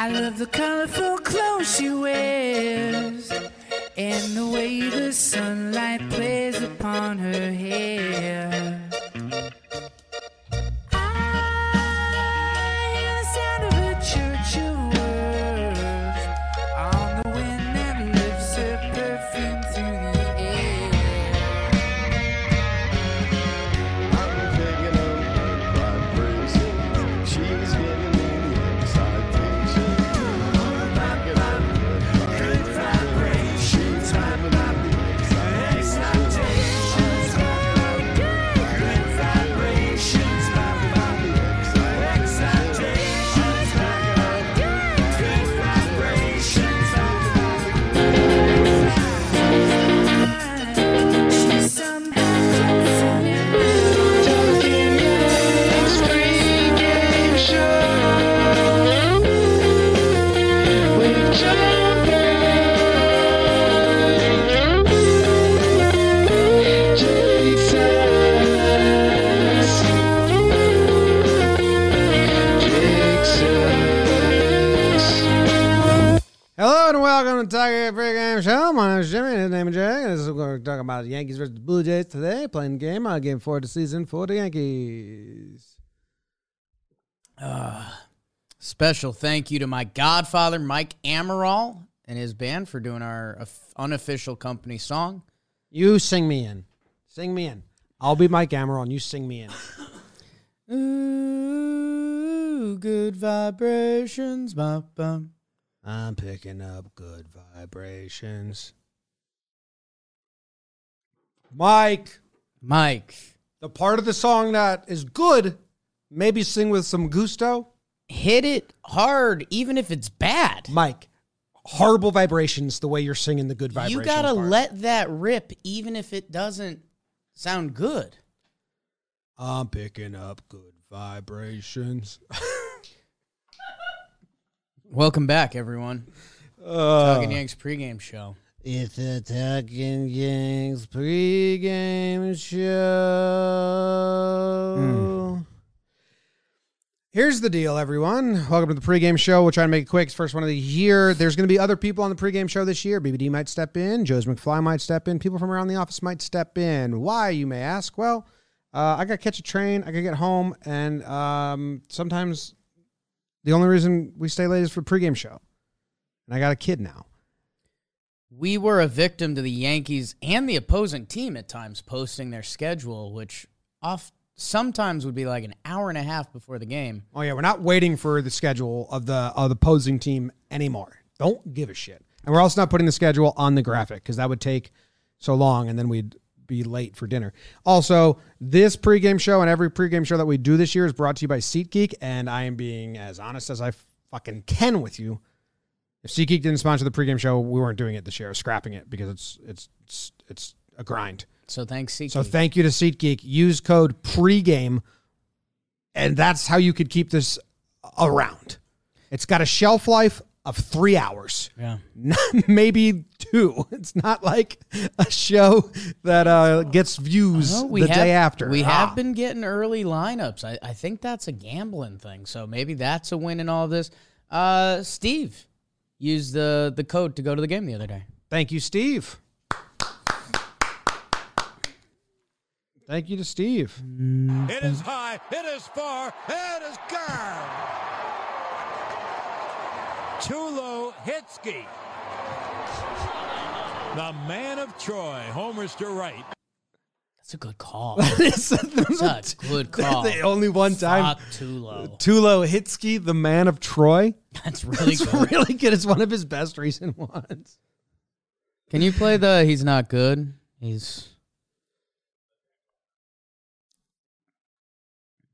I love the colorful clothes she wears and the way the sunlight plays upon her hair. I hear the sound of her church of words on the wind that lifts her perfume through the air. I'm picking up vibrations. She's giving me the excitation. I'm picking up good vibrations. She's giving me the excitation. I'm picking up good vibrations. She's giving me the excitation. I'm picking up good vibrations. She's giving me the She somehow gets in there. Hello and welcome to Tiger Pregame Show. My name is Jimmy. His name is Jay. This is going to talk about the Yankees versus Blue Jays today. Playing the game, uh, game four of the season for the Yankees. Special thank you to my godfather, Mike Amaral, and his band for doing our of- unofficial company song. You sing me in. Sing me in. I'll be Mike Amaron. You sing me in. Ooh, good vibrations. Bum, bum. I'm picking up good vibrations. Mike, Mike, the part of the song that is good, maybe sing with some gusto. hit it hard, even if it's bad. Mike, horrible vibrations the way you're singing the good vibrations. You gotta part. let that rip, even if it doesn't sound good. I'm picking up good vibrations. Welcome back, everyone. Talking Yanks pregame show. It's the Talking Yanks pregame show. Hmm. Here's the deal, everyone. Welcome to the pregame show. We'll try to make it quick. It's the first one of the year. There's going to be other people on the pregame show this year. BBD might step in. Joe's McFly might step in. People from around the office might step in. Why, you may ask? Well, uh, I got to catch a train. I got to get home. And um, sometimes the only reason we stay late is for the pregame show. And I got a kid now. We were a victim to the Yankees and the opposing team at times posting their schedule, which off sometimes would be like an hour and a half before the game. Oh yeah, we're not waiting for the schedule of the of the opposing team anymore. Don't give a shit. And we're also not putting the schedule on the graphic because that would take so long, and then we'd be late for dinner. Also, this pregame show and every pregame show that we do this year is brought to you by SeatGeek, and I am being as honest as I fucking can with you. If SeatGeek didn't sponsor the pregame show, we weren't doing it this year. Scrapping it because it's it's it's, it's a grind. So thanks, CK. So thank you to SeatGeek. Use code pregame, and that's how you could keep this around. It's got a shelf life of three hours, yeah. maybe two. It's not like a show that uh, gets views Well, the day after. We Ah. have been getting early lineups. I, I think that's a gambling thing. So maybe that's a win in all of this. Uh, Steve used the, the code to go to the game the other day. Thank you, Steve. Thank you to Steve. Mm. It is high, it is far, it is gone. Tulo Hitsky. The man of Troy, homers to right. That's a good call. It's That's a good call. the only one time. Oh, Fuck Tulo. Tulo Hitsky, the man of Troy. That's really It's good. really good. It's one of his best recent ones. Can you play the he's not good? He's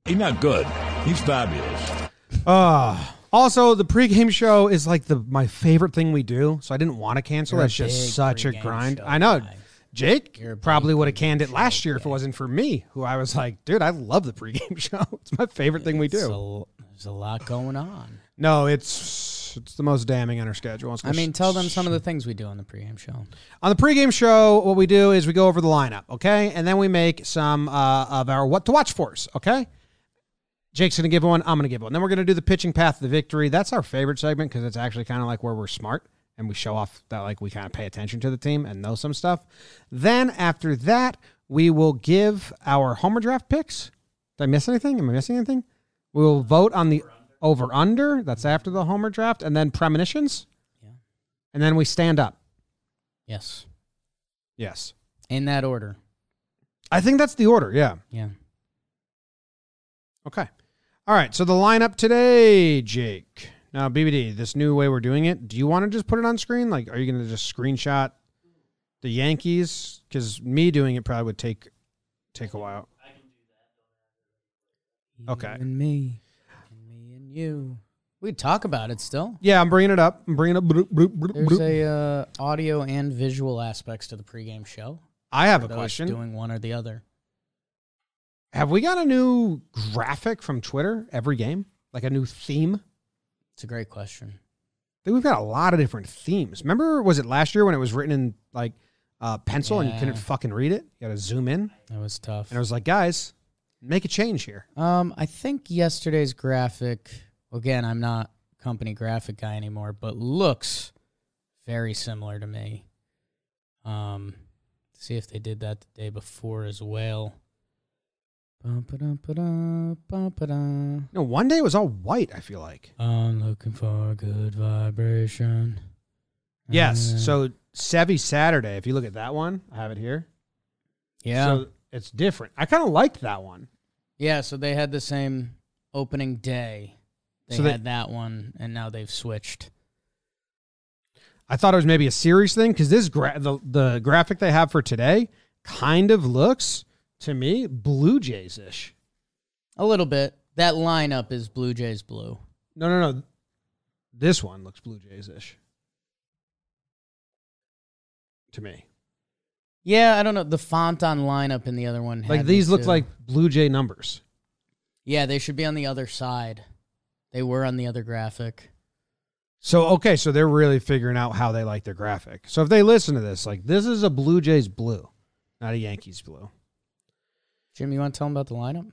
He's not good. He's fabulous. Uh, also, the pregame show is like the my favorite thing we do, so I didn't want to cancel. You're a That's big just such a pregame grind. show I know. guy. Jake You're a probably big would have pregame canned it show last year if it guy. wasn't for me, who I was like, dude, I love the pregame show. It's my favorite thing we do. So, there's a lot going on. no, it's it's the most damning on our schedule. It's I mean, tell them some of the things we do on the pregame show. On the pregame show, what we do is we go over the lineup, okay, and then we make some uh, of our what to watch for us, okay. Jake's going to give one. I'm going to give one. Then we're going to do the pitching path to victory. That's our favorite segment because it's actually kind of like where we're smart and we show off that like we kind of pay attention to the team and know some stuff. Then after that, we will give our homer draft picks. Did I miss anything? Am I missing anything? We will vote on the over under. That's after the homer draft, and then premonitions. Yeah. And then we stand up. Yes. Yes. In that order. I think that's the order. Yeah. Yeah. Okay. All right. So the lineup today, Jake. Now, BBD, this new way we're doing it, do you want to just put it on screen? Like, are you going to just screenshot the Yankees? Because me doing it probably would take take a while. Okay. You and me. And me and you. We could talk about it still. Yeah, I'm bringing it up. I'm bringing up. Bloop, bloop, bloop, There's bloop. a uh, audio and visual aspects to the pregame show. I have a Those question. Doing one or the other. have we got a new graphic from Twitter every game? Like a new theme? It's a great question. I think we've got a lot of different themes. Remember, was it last year when it was written in like uh, pencil and you Yeah. couldn't fucking read it? You got to zoom in. That was tough. And I was like, guys, make a change here. Um, I think yesterday's graphic. Again, I'm not company graphic guy anymore, but looks very similar to me. Um, see if they did that the day before as well. Bum-ba-dum-ba-dum, bum-ba-dum. You know, one day it was all white, I feel like. I'm looking for a good vibration. Uh, Yes. So Sevy Saturday, if you look at that one, I have it here. yeah, So it's different. I kind of liked that one. yeah. So they had the same opening day. They So they- had that one, and now they've switched. I thought it was maybe a series thing because this gra- the, the graphic they have for today kind of looks to me Blue Jays ish. A little bit. That lineup is Blue Jays blue. No, no, no. This one looks Blue Jays ish to me. Yeah, I don't know. The font on lineup in the other one. Like had these me look too. like Blue Jay numbers. Yeah, they should be on the other side. They were on the other graphic. So okay, so they're really figuring out how they like their graphic. So if they listen to this, like this is a Blue Jays blue, not a Yankees blue. Jim, you want to tell them about the lineup?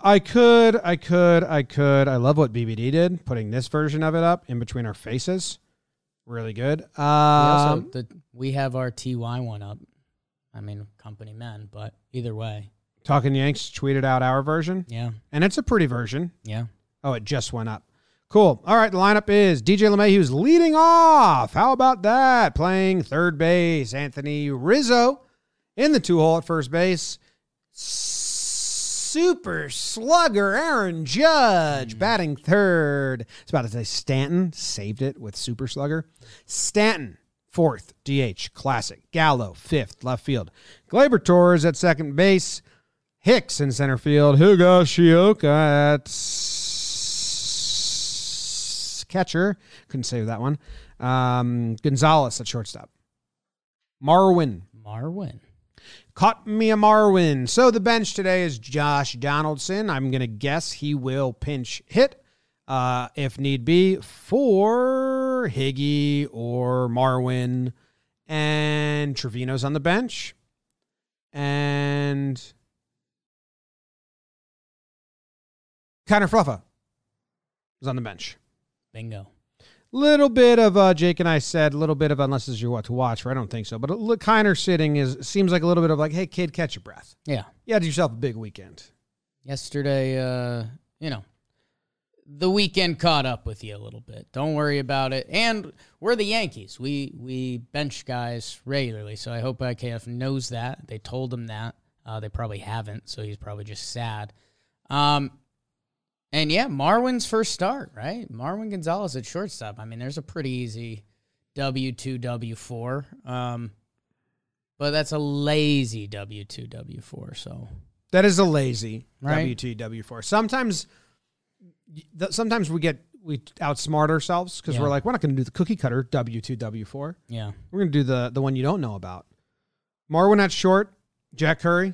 I could, I could, I could. I love what BBD did, putting this version of it up in between our faces. Really good. We also- Um, the, we have our TY one up. I mean, company men, but either way, Talking Yanks tweeted out our version, yeah, and it's a pretty version. yeah. Oh, it just went up. Cool. All right, the lineup is DJ LeMahieu's leading off. How about that? Playing third base, Anthony Rizzo in the two hole at first base. Super slugger Aaron Judge batting third. It's about to say Stanton saved it with super slugger. Stanton fourth DH classic. Gallo fifth left field. Glaber Torres at second base. Hicks in center field. Hugo Shioka at s- catcher. Couldn't save that one. Um, Gonzalez at shortstop. Marwin. Marwin. Caught me a Marwin. So the bench today is Josh Donaldson. I'm going to guess he will pinch hit uh, if need be for Higgy or Marwin. And Trevino's on the bench. And Connor Fluffa was on the bench. Bingo. Little bit of uh, Jake and I said, little bit of unless this is your what to watch, or I don't think so. But a li- Kiner sitting is seems like a little bit of like, hey kid, catch your breath. Yeah. You had yourself a big weekend. Yesterday, uh, you know, the weekend caught up with you a little bit. Don't worry about it. And we're the Yankees. We we bench guys regularly, so I hope IKF knows that. They told him that. Uh, they probably haven't, so he's probably just sad. Um, and yeah, Marwin's first start, right? Marwin Gonzalez at shortstop. I mean, there's a pretty easy W two W four. Um, but that's a lazy W two W four. So That is a lazy Right. WTW four. Sometimes, th- sometimes we get we outsmart ourselves because Yeah. we're like, we're not going to do the cookie cutter W two W four. yeah. We're going to do the the one you don't know about. Marwin at short, Jack Curry.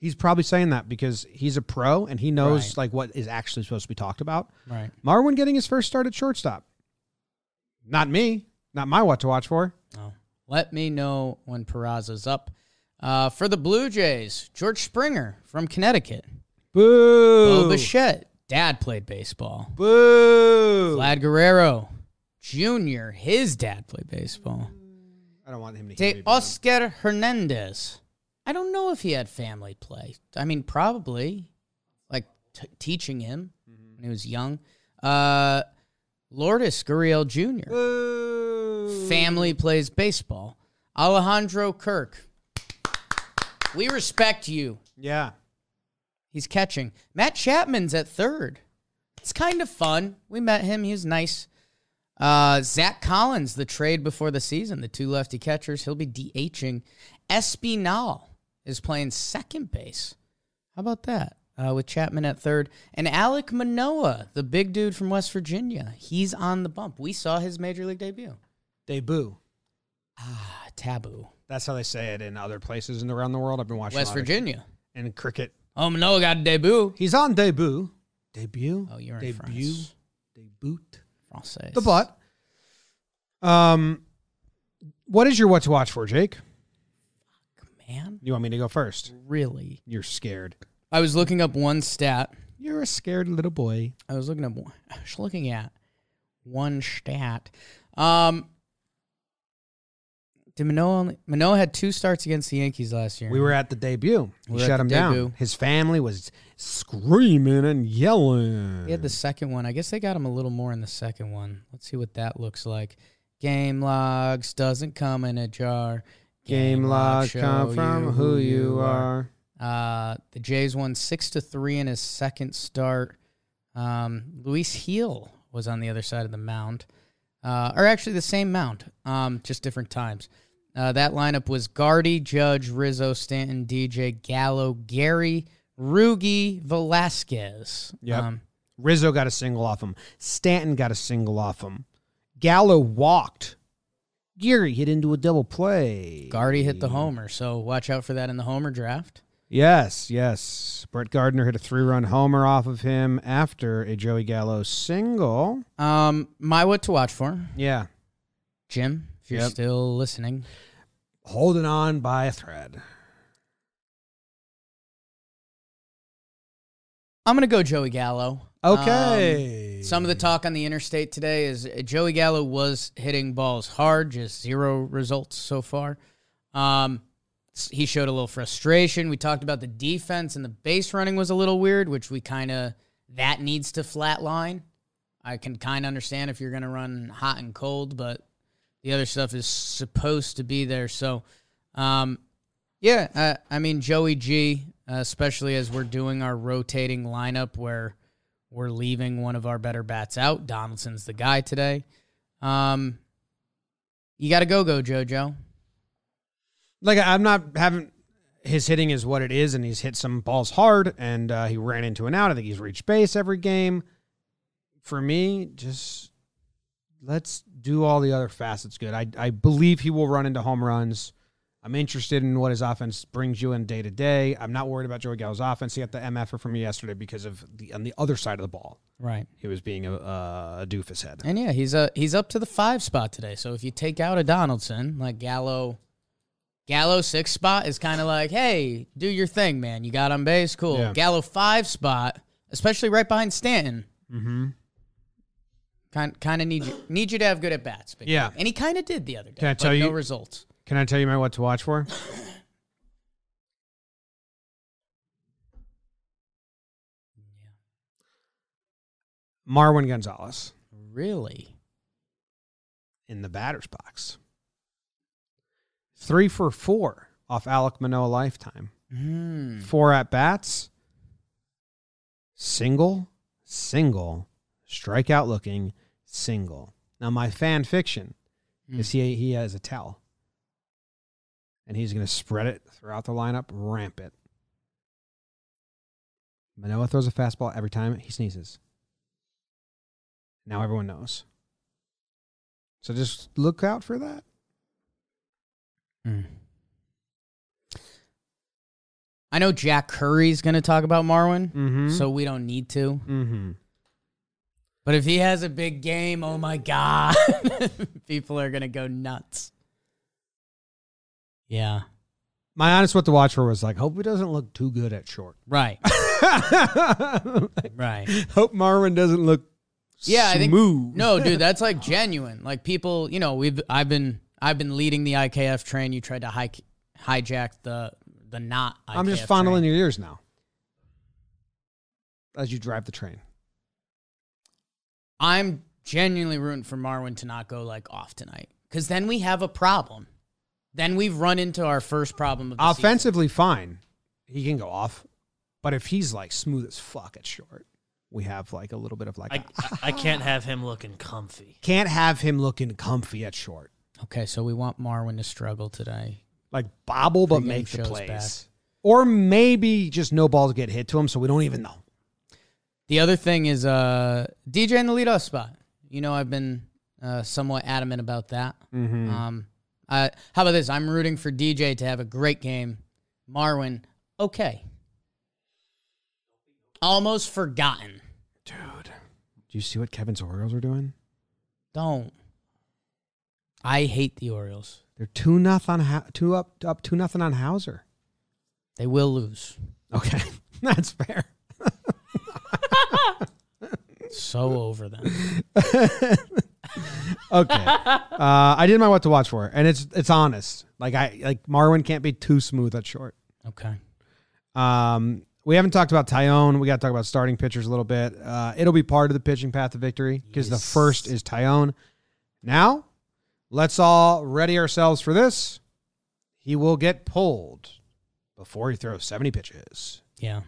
He's probably saying that because he's a pro and he knows Right. like what is actually supposed to be talked about. Right. Marwin getting his first start at shortstop. Not me. Not my what to watch for. Oh. Let me know when Peraza's up. Uh, for the Blue Jays, George Springer from Connecticut, Bo Boo. Bichette, dad played baseball. Boo! Vlad Guerrero Jr., his dad played baseball. I don't want him to hear De me. Oscar Hernandez. I don't know if he had family play. I mean, probably like t- teaching him when he was young. Uh, Lourdes Gurriel Jr. Boo! Family plays baseball. Alejandro Kirk. We respect you. Yeah. He's catching. Matt Chapman's at third. It's kind of fun. We met him. He was nice. Uh, Zach Collins, the trade before the season, the two lefty catchers. He'll be DHing. Espinal is playing second base. How about that? Uh, with Chapman at third. And Alec Manoa, the big dude from West Virginia. He's on the bump. We saw his major league debut. Debut. Ah, taboo. That's how they say it in other places and around the world. I've been watching West a lot of- Virginia. and cricket. Oh, Manoa got a debut. He's on debut. Debut. Oh, you're in debut. France. Debut. Francais. The butt. Um, what is your what to watch for, Jake? Man, You want me to go first? really? You're scared. I was looking up one stat. You're a scared little boy. I was looking up. one- I was looking at one stat. Um, did Manoa only, Manoa had two starts against the Yankees last year? We were at the debut. We We were at shut the him down. debut. His family was screaming and yelling. He had the second one. I guess they got him a little more in the second one. Let's see what that looks like. Game logs doesn't come in a jar. game log show come you from who you are. Uh, the Jays won six to three in his second start. Um, Luis Heel was on the other side of the mound, uh, or actually the same mound, um, just different times. Uh, that lineup was Guardy, Judge, Rizzo, Stanton, DJ, Gallo, Gary, Rugi, Velasquez. Um, Yep. Rizzo got a single off him. Stanton got a single off him. Gallo walked. Geary hit into a double play. Guardy hit the homer, so watch out for that in the homer draft. Yes, yes. Brett Gardner hit a three run homer off of him after a Joey Gallo single. Um, my what to watch for, Yeah. Jim, if you're Yep. still listening. Holding on by a thread. I'm going to go Joey Gallo. Um, Okay. Some of the talk on the interstate today is uh, Joey Gallo was hitting balls hard, just zero results so far. Um, s- he showed a little frustration. We talked about the defense and the base running was a little weird, which we kind of that needs to flatline. I can kind of understand if you're going to run hot and cold, but the other stuff is supposed to be there. So, um, yeah, uh, I mean Joey G, uh, especially as we're doing our rotating lineup where we're leaving one of our better bats out. Donaldson's the guy today. Um, you got to go, go JoJo. like I- I'm not having his hitting is what it is, and he's hit some balls hard, and uh, he ran into an out. I think he's reached base every game. For me, just let's do all the other facets good. I I believe he will run into home runs. I'm interested in what his offense brings you in day to day. I'm not worried about Joey Gallo's offense. He got the MFer from yesterday because of the on the other side of the ball, Right. he was being a, uh, a doofus head. And yeah, he's uh he's up to the five spot today. So if you take out a Donaldson, like Gallo, Gallo six spot is kind of like, hey, do your thing, man. You got on base, cool. Yeah. Gallo five spot, especially right behind Stanton. Mm-hmm. Kind kind of need you, need you to have good at bats. big Yeah. guy. and he kind of did the other day. Can I but tell no you- results? Can I tell you my what to watch for? Marwin Gonzalez Really? in the batter's box. Three for four off Alec Manoa lifetime. Hmm. Four at bats. Single, single, strikeout looking, single. Now my fan fiction is he he has a towel. And he's gonna spread it throughout the lineup, ramp it. Manoa throws a fastball every time he sneezes. Now everyone knows. So just look out for that. Mm. I know Jack Curry's going to talk about Marwin, Mm-hmm. so we don't need to. mm-hmm. But if he has a big game, oh my God, people are going to go nuts. Yeah. my honest what to watch for was like, hope he doesn't look too good at short. Right. right. Hope Marwin doesn't look Yeah, I think smooth. no, dude, that's like genuine. Like people, you know, we've I've been I've been leading the IKF train. You tried to hike, hijack the the not. IKF I'm just fondling your ears now as you drive the train. I'm genuinely rooting for Marwin to not go like off tonight, because then we have a problem. Then we've run into our first problem of the season. Offensively, fine. He can go off. But if he's like smooth as fuck at short, we have like a little bit of like, I, I can't have him looking comfy. can't have him looking comfy at short. Okay, so we want Marwin to struggle today. Like bobble, but Pregame make the shows plays. back. Or maybe just no balls get hit to him, so we don't even know. The other thing is uh, DJ in the leadoff spot. You know, I've been uh, somewhat adamant about that. Mm-hmm. Um, I, how about this? I'm rooting for DJ to have a great game. Marwin, okay. Almost forgotten. Dude, do you see what Kevin's Orioles are doing? Don't. I hate the Orioles. They're two nothing on Hou- two up up two nothing on Hauser. They will lose. Okay, that's fair. So over them. Okay, uh, I did my what to watch for, and it's it's honest. Like I like Marwin can't be too smooth at short. Okay. Um, we haven't talked about Tyone. We got to talk about starting pitchers a little bit. Uh, it'll be part of the pitching path to victory because the first is Tyone. Now, let's all ready ourselves for this. He will get pulled before he throws seventy pitches. Yeah.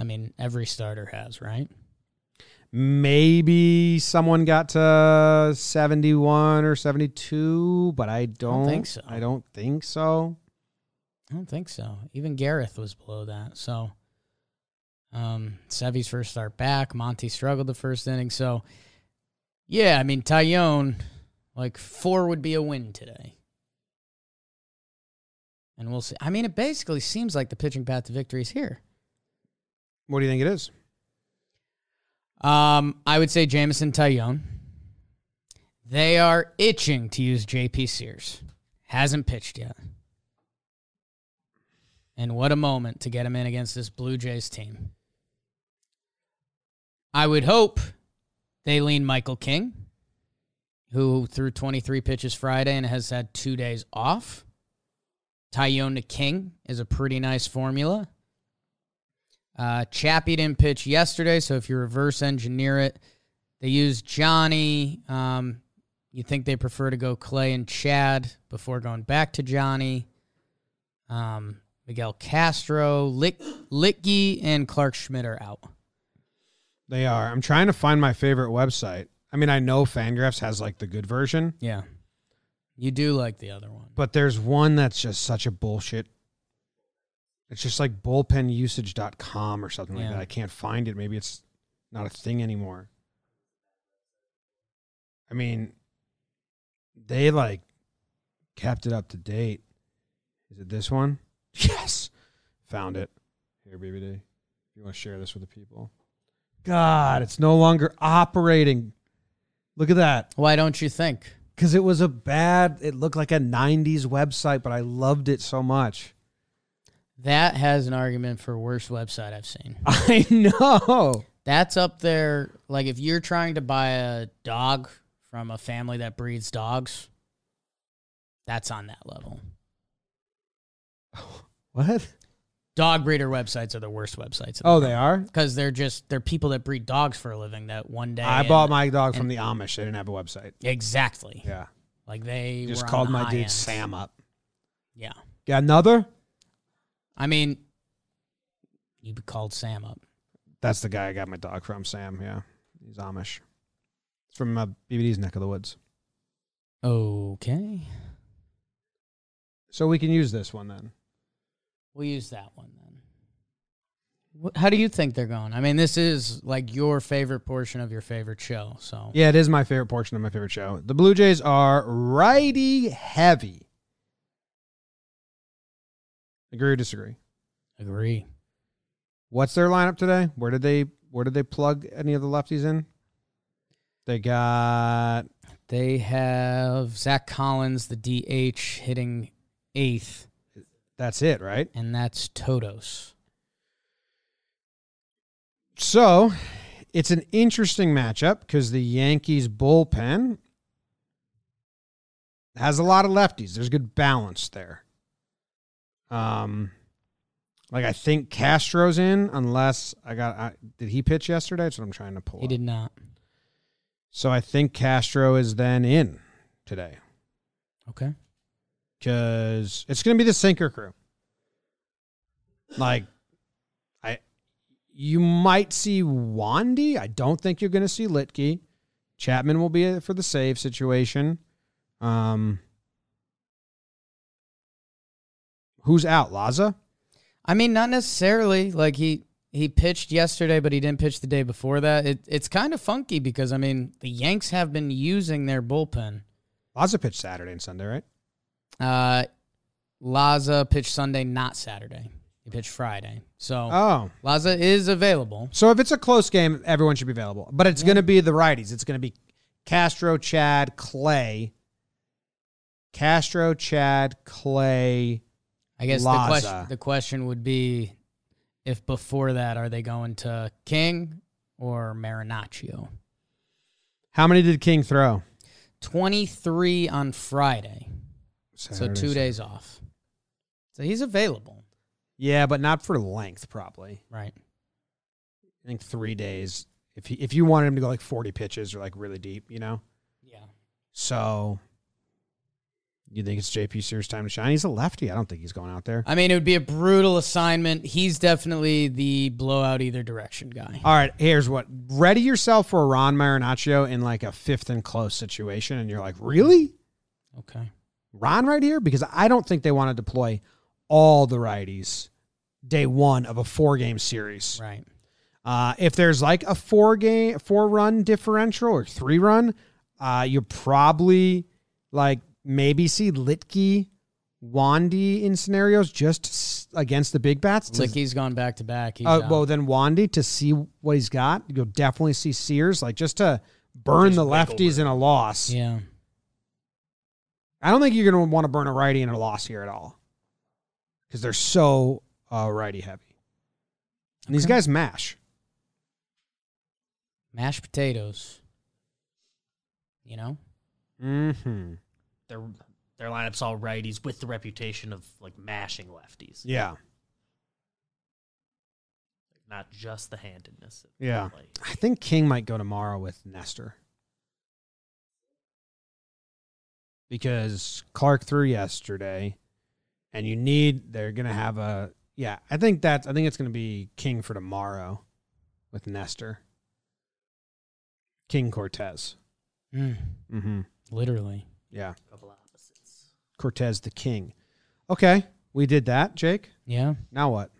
I mean, every starter has, right? Maybe someone got to 71 or 72, but I don't, think so. I don't think so. I don't think so. Even Gareth was below that. So, um, Sevy's first start back. Monty struggled the first inning. So, yeah, I mean, Tyone, like four would be a win today. And we'll see. I mean, it basically seems like the pitching path to victory is here. What do you think it is? Um, I would say Jamison Tyone. They are itching to use JP Sears. Hasn't pitched yet. And what a moment to get him in against this Blue Jays team. I would hope they lean Michael King, who threw 23 pitches Friday and has had two days off. Tyone to King is a pretty nice formula. Uh, Chappie didn't pitch yesterday, so if you reverse engineer it, they used Johnny. Um, you think they prefer to go Clay and Chad before going back to Johnny. Um, Miguel Castro, Lick, Litke, and Clark Schmidt are out. They are. I'm trying to find my favorite website. I mean, I know Fangraphs has like the good version, Yeah. You do like the other one. but there's one that's just such a bullshit. It's just like bullpenusage.com or something like Yeah. that. I can't find it. Maybe it's not a thing anymore. I mean, they like kept it up to date. Is it this one? Yes. Found it. Here, BBD. If you want to share this with the people. God, it's no longer operating. Look at that Why don't you think? because it was a bad it looked like a 90s website but i loved it so much That has an argument for worst website I've seen. i know That's up there. Like if you're trying to buy a dog from a family that breeds dogs, that's on that level. what Dog breeder websites are the worst websites. oh they are because they're just they're people that breed dogs for a living. That one day i bought my dog from the amish they didn't have a website exactly yeah like they just were on called the my high dude end. sam up Yeah, got another I mean, you called Sam up. that's the guy i got my dog from sam yeah he's amish it's from uh, bbd's neck of the woods Okay, so we can use this one then we'll use that one then. Wh- How do you think they're going? I mean, this is like your favorite portion of your favorite show. So yeah it is my favorite portion of my favorite show the blue jays are righty heavy agree or disagree agree. What's their lineup today? Where did they where did they plug any of the lefties in? They got They have Zach Collins, the DH, hitting eighth, that's it, right? and that's Totos. So it's an interesting matchup because the Yankees bullpen has a lot of lefties. There's good balance there. Um, like I think Castro's in, unless I got. I, did he pitch yesterday? That's what I'm trying to pull. He up. did not. So I think Castro is then in today Okay. because it's going to be the sinker crew. Like, I, you might see Wandy. I don't think you're going to see Litke. Chapman will be it for the save situation. Um, who's out? Laza. I mean, not necessarily. Like he he pitched yesterday, but he didn't pitch the day before that. It, it's kind of funky because I mean the Yanks have been using their bullpen. Laza pitched Saturday and Sunday, right? Uh, Laza pitched Sunday, not Saturday. He pitched Friday, so Oh, Laza is available. so if it's a close game, everyone should be available. But it's going to be the righties. It's going to be Castro, Chad, Clay. Castro, Chad, Clay. I guess Laza. the question the question would be if before that are they going to King or Marinaccio? How many did King throw? Twenty three on Friday, so two days off. So he's available, Yeah, but not for length, probably. right? I think three days. If he, if you wanted him to go like forty pitches or like really deep, you know. Yeah. So, you think it's JP Sears' time to shine? He's a lefty. I don't think he's going out there. I mean, it would be a brutal assignment. He's definitely the blowout either direction guy. All right, here's what: ready yourself for Ron Marinaccio in like a fifth and close situation, and you're like, really? Okay. Ron right here because I don't think they want to deploy all the righties day one of a four game series. Right. Uh, if there's like a four game, four run differential or three run, uh, you probably like maybe see Litke, Wandy in scenarios just s- against the big bats. To, Licky's gone back to back. He's uh, out. well, then Wandy to see what he's got. You'll definitely see Sears like just to burn the lefties in a loss. yeah. I don't think you're going to want to burn a righty in a loss here at all because they're so uh, righty heavy. And these Okay. guys mash. Mashed potatoes. You know? Mm-hmm. Their their lineup's all righties with the reputation of like mashing lefties, Yeah. not just the handedness. of Yeah. play. I think King might go tomorrow with Nestor. Because Clark threw yesterday and you need they're gonna have a yeah, I think that's I think it's gonna be King for tomorrow with Nestor. King Cortez. Mm, Mm-hmm. literally. Yeah. Couple opposites. Cortez the King. Okay. We did that, Jake. Yeah. Now what?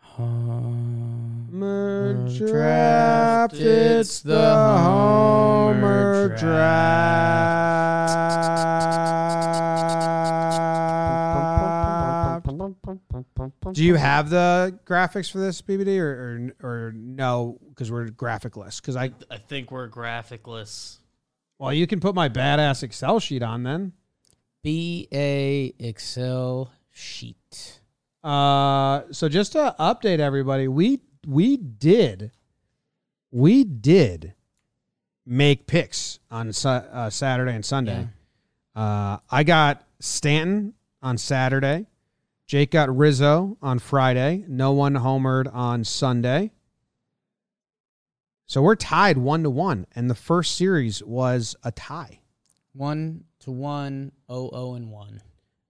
Homer Homer draft. It's the Homer draft. Do you have the graphics for this BBD or or, or no? Because we're graphicless. Because I I think we're graphicless. well, you can put my badass Excel sheet on then. B A Excel sheet. Uh, so just to update everybody, we we did we did make picks on Sa- uh, Saturday and Sunday. Uh, I got Stanton on Saturday. Jake got Rizzo on Friday. No one homered on Sunday. So we're tied one to one, and the first series was a tie. One to one, oh, oh, and one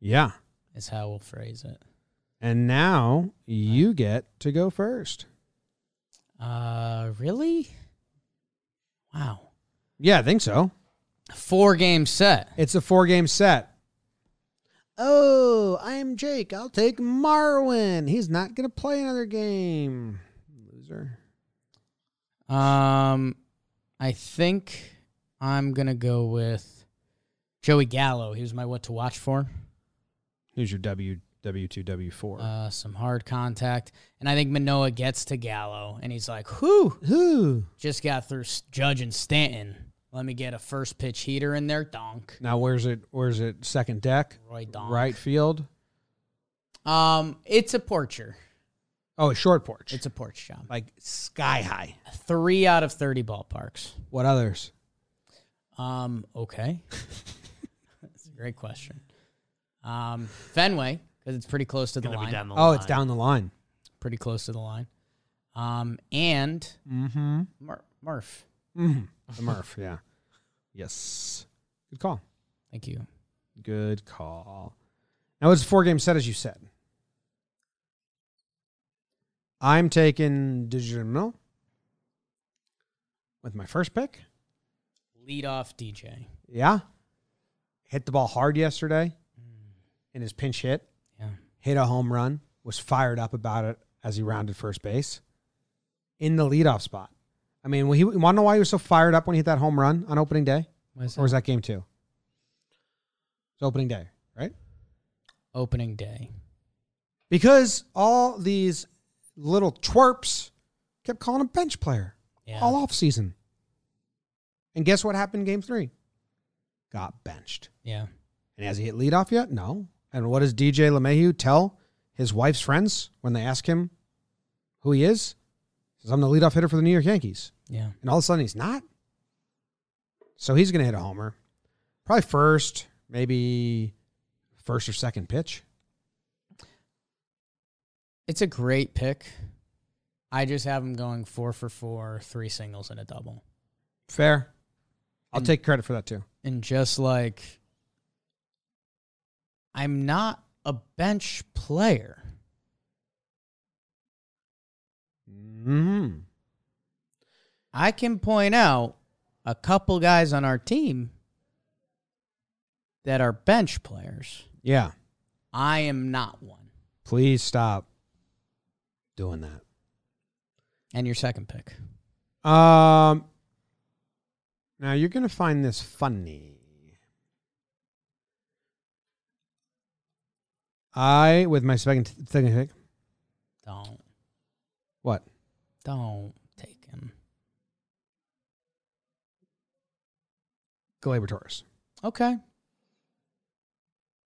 Yeah, is how we'll phrase it. and now you get to go first. Uh, really? Wow. Yeah, I think so. Four game set. It's a four game set. Oh, I'm Jake. I'll take Marwin. He's not going to play another game. Loser. Um, I think I'm gonna go with Joey Gallo. He was my what to watch for. Who's your W W two W four? Uh, some hard contact, and I think Manoa gets to Gallo, and he's like, "Whoo, Who? just got through S- Judge and Stanton. Let me get a first pitch heater in there, donk." Now where's it? Where's it? Second deck, Roy Donk. right field. Um, it's a porcher. Oh, a short porch. It's a porch job. like sky high. Three out of 30 ballparks. What others? Um, okay. That's a great question. Um, Fenway, because it's pretty close to the Gonna be line. down the Oh, it's line. down the line. Pretty close to the line. Um, and Mm-hmm. Mur- Murph. The Murph, yeah. Yes. Good call. Thank you. Good call. Now it's a four game set, as you said. I'm taking Digital with my first pick. Lead off DJ. Yeah. Hit the ball hard yesterday in his pinch hit. Yeah. Hit a home run. Was fired up about it as he rounded first base in the leadoff spot. I mean, when he want to know why he was so fired up when he hit that home run on opening day, What is or was that that? game two? It's opening day, right? Opening day. Because all these little twerps kept calling him bench player Yeah. all off season. And guess what happened in game three? Got benched. Yeah. And has he hit leadoff yet? No. And what does DJ LeMahieu tell his wife's friends when they ask him who he is? He says, I'm the leadoff hitter for the New York Yankees. Yeah. And all of a sudden he's not. So he's going to hit a homer. Probably first, maybe first or second pitch. It's a great pick. I just have him going four for four, three singles and a double. Fair. I'll And- take credit for that too. and just like I'm not a bench player. Mm-hmm. I can point out a couple guys on our team that are bench players. Yeah. I am not one. Please stop doing that. And your second pick. Um, now you're gonna find this funny. I with my second second pick. Don't What? don't take him. Glaber Torres. Okay.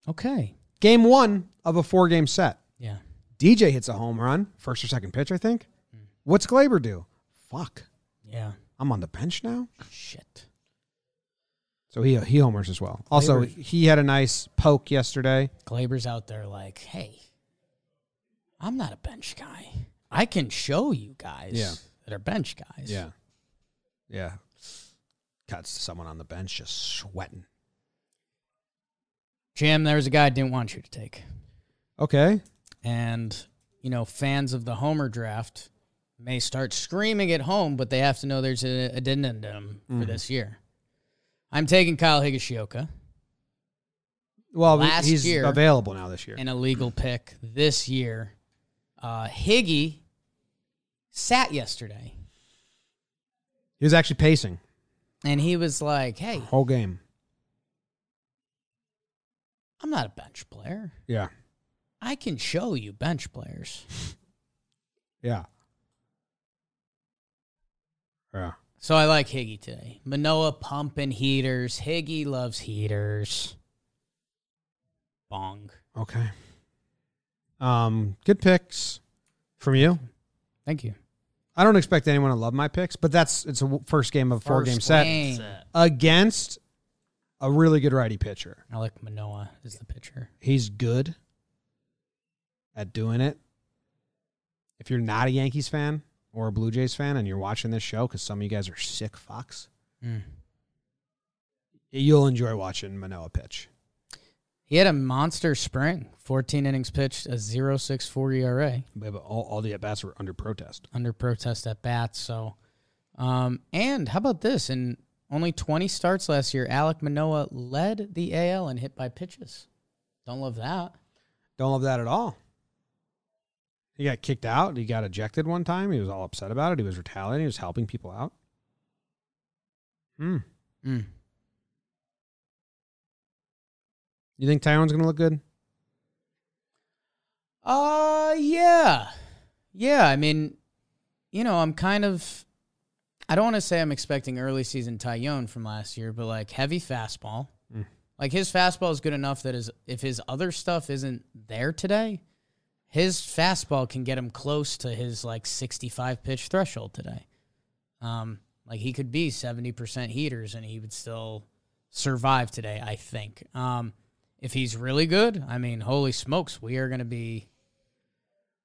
Okay. Game one of a four game set. Yeah. DJ hits a home run, first or second pitch, I think. What's Glaber do? Fuck. Yeah. I'm on the bench now. Shit. So he he homers as well. Also, Glaber- he had a nice poke yesterday. Glaber's out there like, hey, I'm not a bench guy. I can show you guys Yeah. that are bench guys. Yeah. Cuts to someone on the bench just sweating. Jim, there was a guy I didn't want you to take. Okay. And, you know, fans of the Homer draft may start screaming at home, but they have to know there's an addendum for this year. I'm taking Kyle Higashioka, Well, Last he's year- available now this year. an illegal pick this year. Uh, Higgy sat yesterday He was actually pacing and he was like, hey, whole game. I'm not a bench player. Yeah. I can show you bench players. Yeah. Yeah. So I like Higgy today. Manoa pumping heaters. Higgy loves heaters. Bong. Okay. Um, good picks from you. Thank you. I don't expect anyone to love my picks, but that's it's a w- first game of a four game First set game. Set. against a really good righty pitcher. I like Manoa as the pitcher. He's good at doing it. If you're not a Yankees fan or a Blue Jays fan and you're watching this show cuz some of you guys are sick fucks, Mm. you'll enjoy watching Manoa pitch. He had a monster spring. 14 innings pitched, a 0.64 ERA But but all, all the at bats were under protest. E under protest at bats. So, um, and how about this? In only 20 starts last year, Alec Manoa led the AL in hit by pitches. Don't love that. Don't love that at all. He got kicked out. He got ejected one time. He was all upset about it. He was retaliating. He was helping people out. Hmm. Mm. You think Tyrone's going to look good? Uh yeah. Yeah, I mean, you know, I'm kind of I don't want to say I'm expecting early season Tyone from last year, but like heavy fastball. Like his fastball is good enough that is if his other stuff isn't there today, his fastball can get him close to his like 65 pitch threshold today. Um, like he could be 70% heaters and he would still survive today, I think. Um, if he's really good, I mean, holy smokes, we are going to be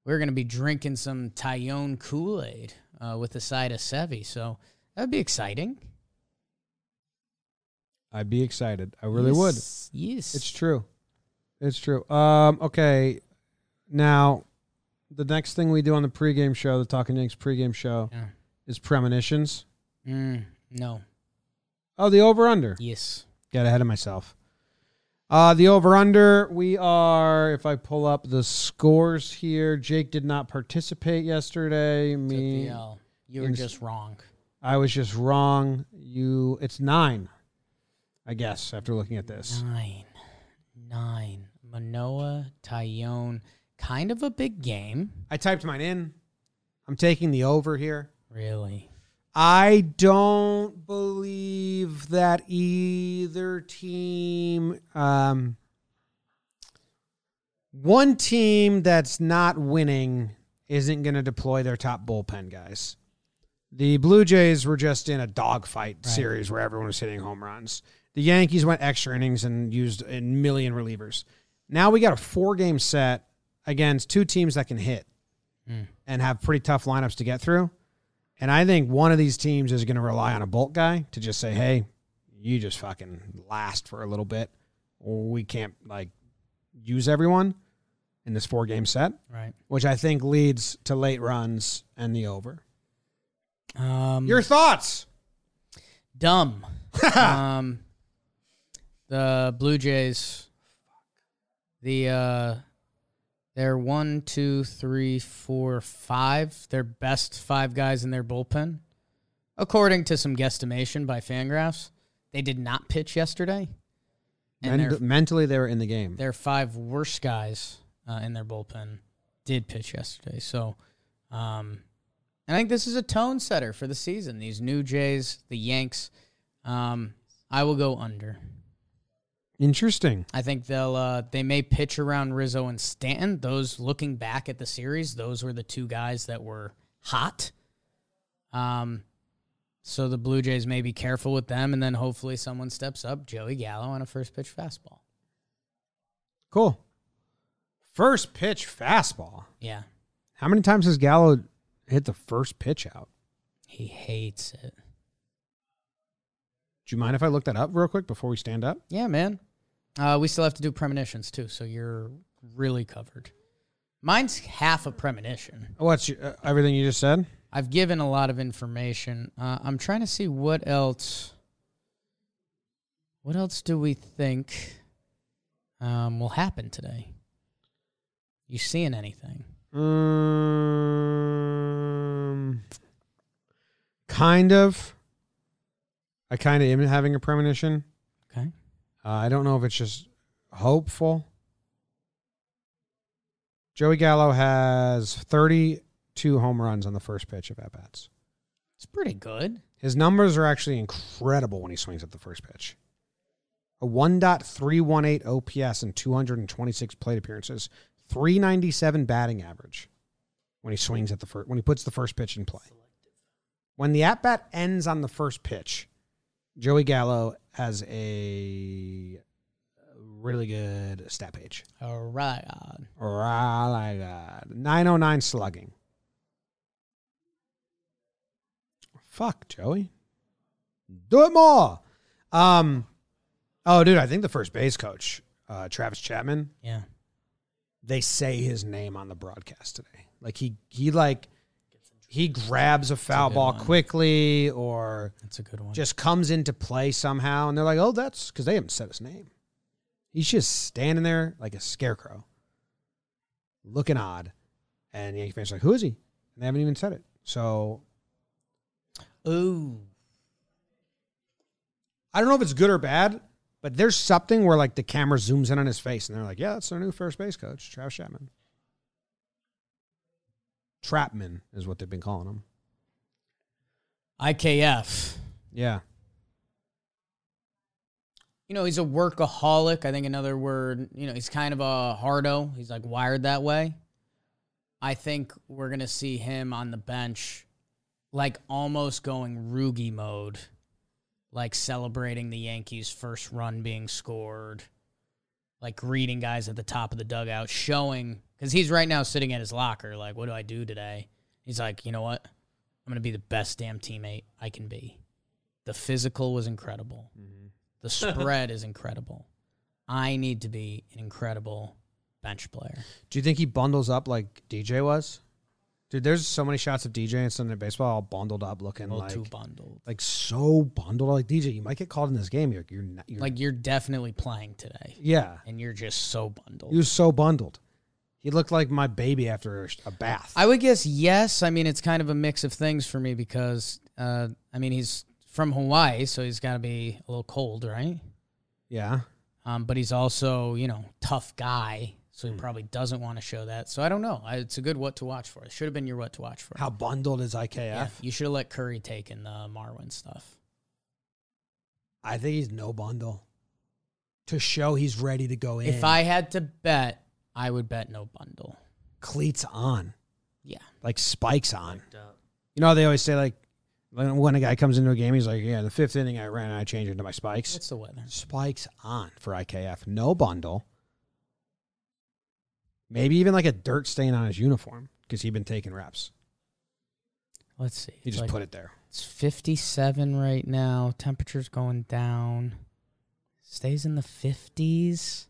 we're going to be drinking some Tyone Kool-Aid uh, with a side of Sevi. So that would be exciting. I'd be excited. I really would. yes, would. Yes. It's true. It's true. Um, okay. Now, the next thing we do on the pregame show, the Talking Yanks pregame show, Yeah. is premonitions. Mm, no. Oh, the over under. Yes. Got ahead of myself. Uh, the over under, we are, if I pull up the scores here, Jake did not participate yesterday. Took the Me, L. You were Ins- just wrong. I was just wrong. You, it's nine, I guess, after looking at this. Nine. Nine. Manoa, Tyone. Kind of a big game. I typed mine in. I'm taking the over here. Really? I don't believe that either team. Um, one team that's not winning isn't going to deploy their top bullpen guys. The Blue Jays were just in a dogfight series where everyone was hitting home runs. The Yankees went extra innings and used a million relievers. Now we got a four game set against two teams that can hit and have pretty tough lineups to get through. And I think one of these teams is going to rely on a bolt guy to just say, hey, you just fucking last for a little bit. We can't like use everyone in this four game set, Right. which I think leads to late runs and the over. Um, Your thoughts? dumb. um, the Blue Jays. The uh, their one, two, three, four, five. Their best five guys in their bullpen, according to some guesstimation by Fangraphs, they did not pitch yesterday, and Men- their mentally, they were in the game. their five worst guys uh, in their bullpen did pitch yesterday. So, um, I think this is a tone setter for the season. These new Jays, the Yanks. Um, I will go under. Interesting. I think they'll uh, they may pitch around Rizzo and Stanton. Those looking back at the series, those were the two guys that were hot. Um, so the Blue Jays may be careful with them, and then hopefully someone steps up. Joey Gallo on a first pitch fastball. Cool. First pitch fastball. Yeah, How many times has Gallo hit the first pitch out? he hates it. Do you mind if I look that up real quick before we stand up? Yeah, man. Uh, we still have to do premonitions too, so you're really covered. Mine's half a premonition. What's your, uh, everything you just said? I've given a lot of information. Uh, I'm trying to see what else. What else do we think um, will happen today? You seeing anything? Um, kind of. I kind of am having a premonition. Okay. Uh, I don't know if it's just hopeful. Joey Gallo has 32 home runs on the first pitch of at bats. It's pretty good. His numbers are actually incredible when he swings at the first pitch. A 1.318 OPS and 226 plate appearances, 397 batting average when he swings at the first when he puts the first pitch in play. When the at bat ends on the first pitch, Joey Gallo has a really good stat page. All right. uh, Oh my god. 909 slugging. Fuck, Joey. Do it more. Um Oh dude, I think the first base coach, uh Travis Chapman, Yeah. they say his name on the broadcast today. Like he he like he grabs a foul good ball one. quickly or That's a good one. just comes into play somehow, and they're like, "Oh, that's because they haven't said his name." He's just standing there like a scarecrow, looking odd, and Yankee fans are like, "Who is he?" And they haven't even said it. So Ooh. I don't know if it's good or bad, but there's something where like the camera zooms in on his face, and they're like, "Yeah, that's their new first base coach, Travis Chapman." Trapman is what they've been calling him. IKF. Yeah, you know, he's a workaholic. I think another word, you know, he's kind of a hardo. He's like wired that way. I think we're gonna see him on the bench, like almost going Rugi mode, like celebrating the Yankees' first run being scored, like greeting guys at the top of the dugout, showing because he's right now sitting at his locker, like, what do I do today? He's like, you know what? I'm gonna be the best damn teammate I can be. The physical was incredible. The spread is incredible. I need to be an incredible bench player. Do you think he bundles up like DJ was? Dude, there's so many shots of DJ and Sunday Night Baseball all bundled up looking Well, like Oh, too bundled. like so bundled. Like DJ, you might get called in this game. You're you're, not, you're like Like you're definitely playing today, yeah, and you're just so bundled. he was so bundled. He looked like my baby after a- a bath. I would guess yes. I mean, it's kind of a mix of things for me because, uh, I mean, he's from Hawaii, so he's got to be a little cold, right? yeah, Um, but he's also, you know, tough guy, so Hmm. he probably doesn't want to show that. So I don't know. I, it's a good what to watch for. It should have been your what to watch for. how bundled is IKF? Yeah, you should have let Curry take in the Marwin stuff. I think he's no bundle to show he's ready to go in. If I had to bet, I would bet no bundle. cleats on, Yeah. like spikes on. Duh. You know, how they always say like when when a guy comes into a game, he's like, "Yeah, the fifth inning, I ran and I changed into my spikes." What's the weather? spikes on for IKF. No bundle. Maybe even like a dirt stain on his uniform because he'd been taking reps. Let's see. He It's just like- put it there. It's 57 right now. Temperature's going down. Stays in the 50s.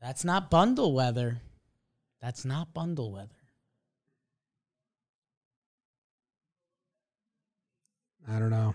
That's not bundle weather. That's not bundle weather. I don't know.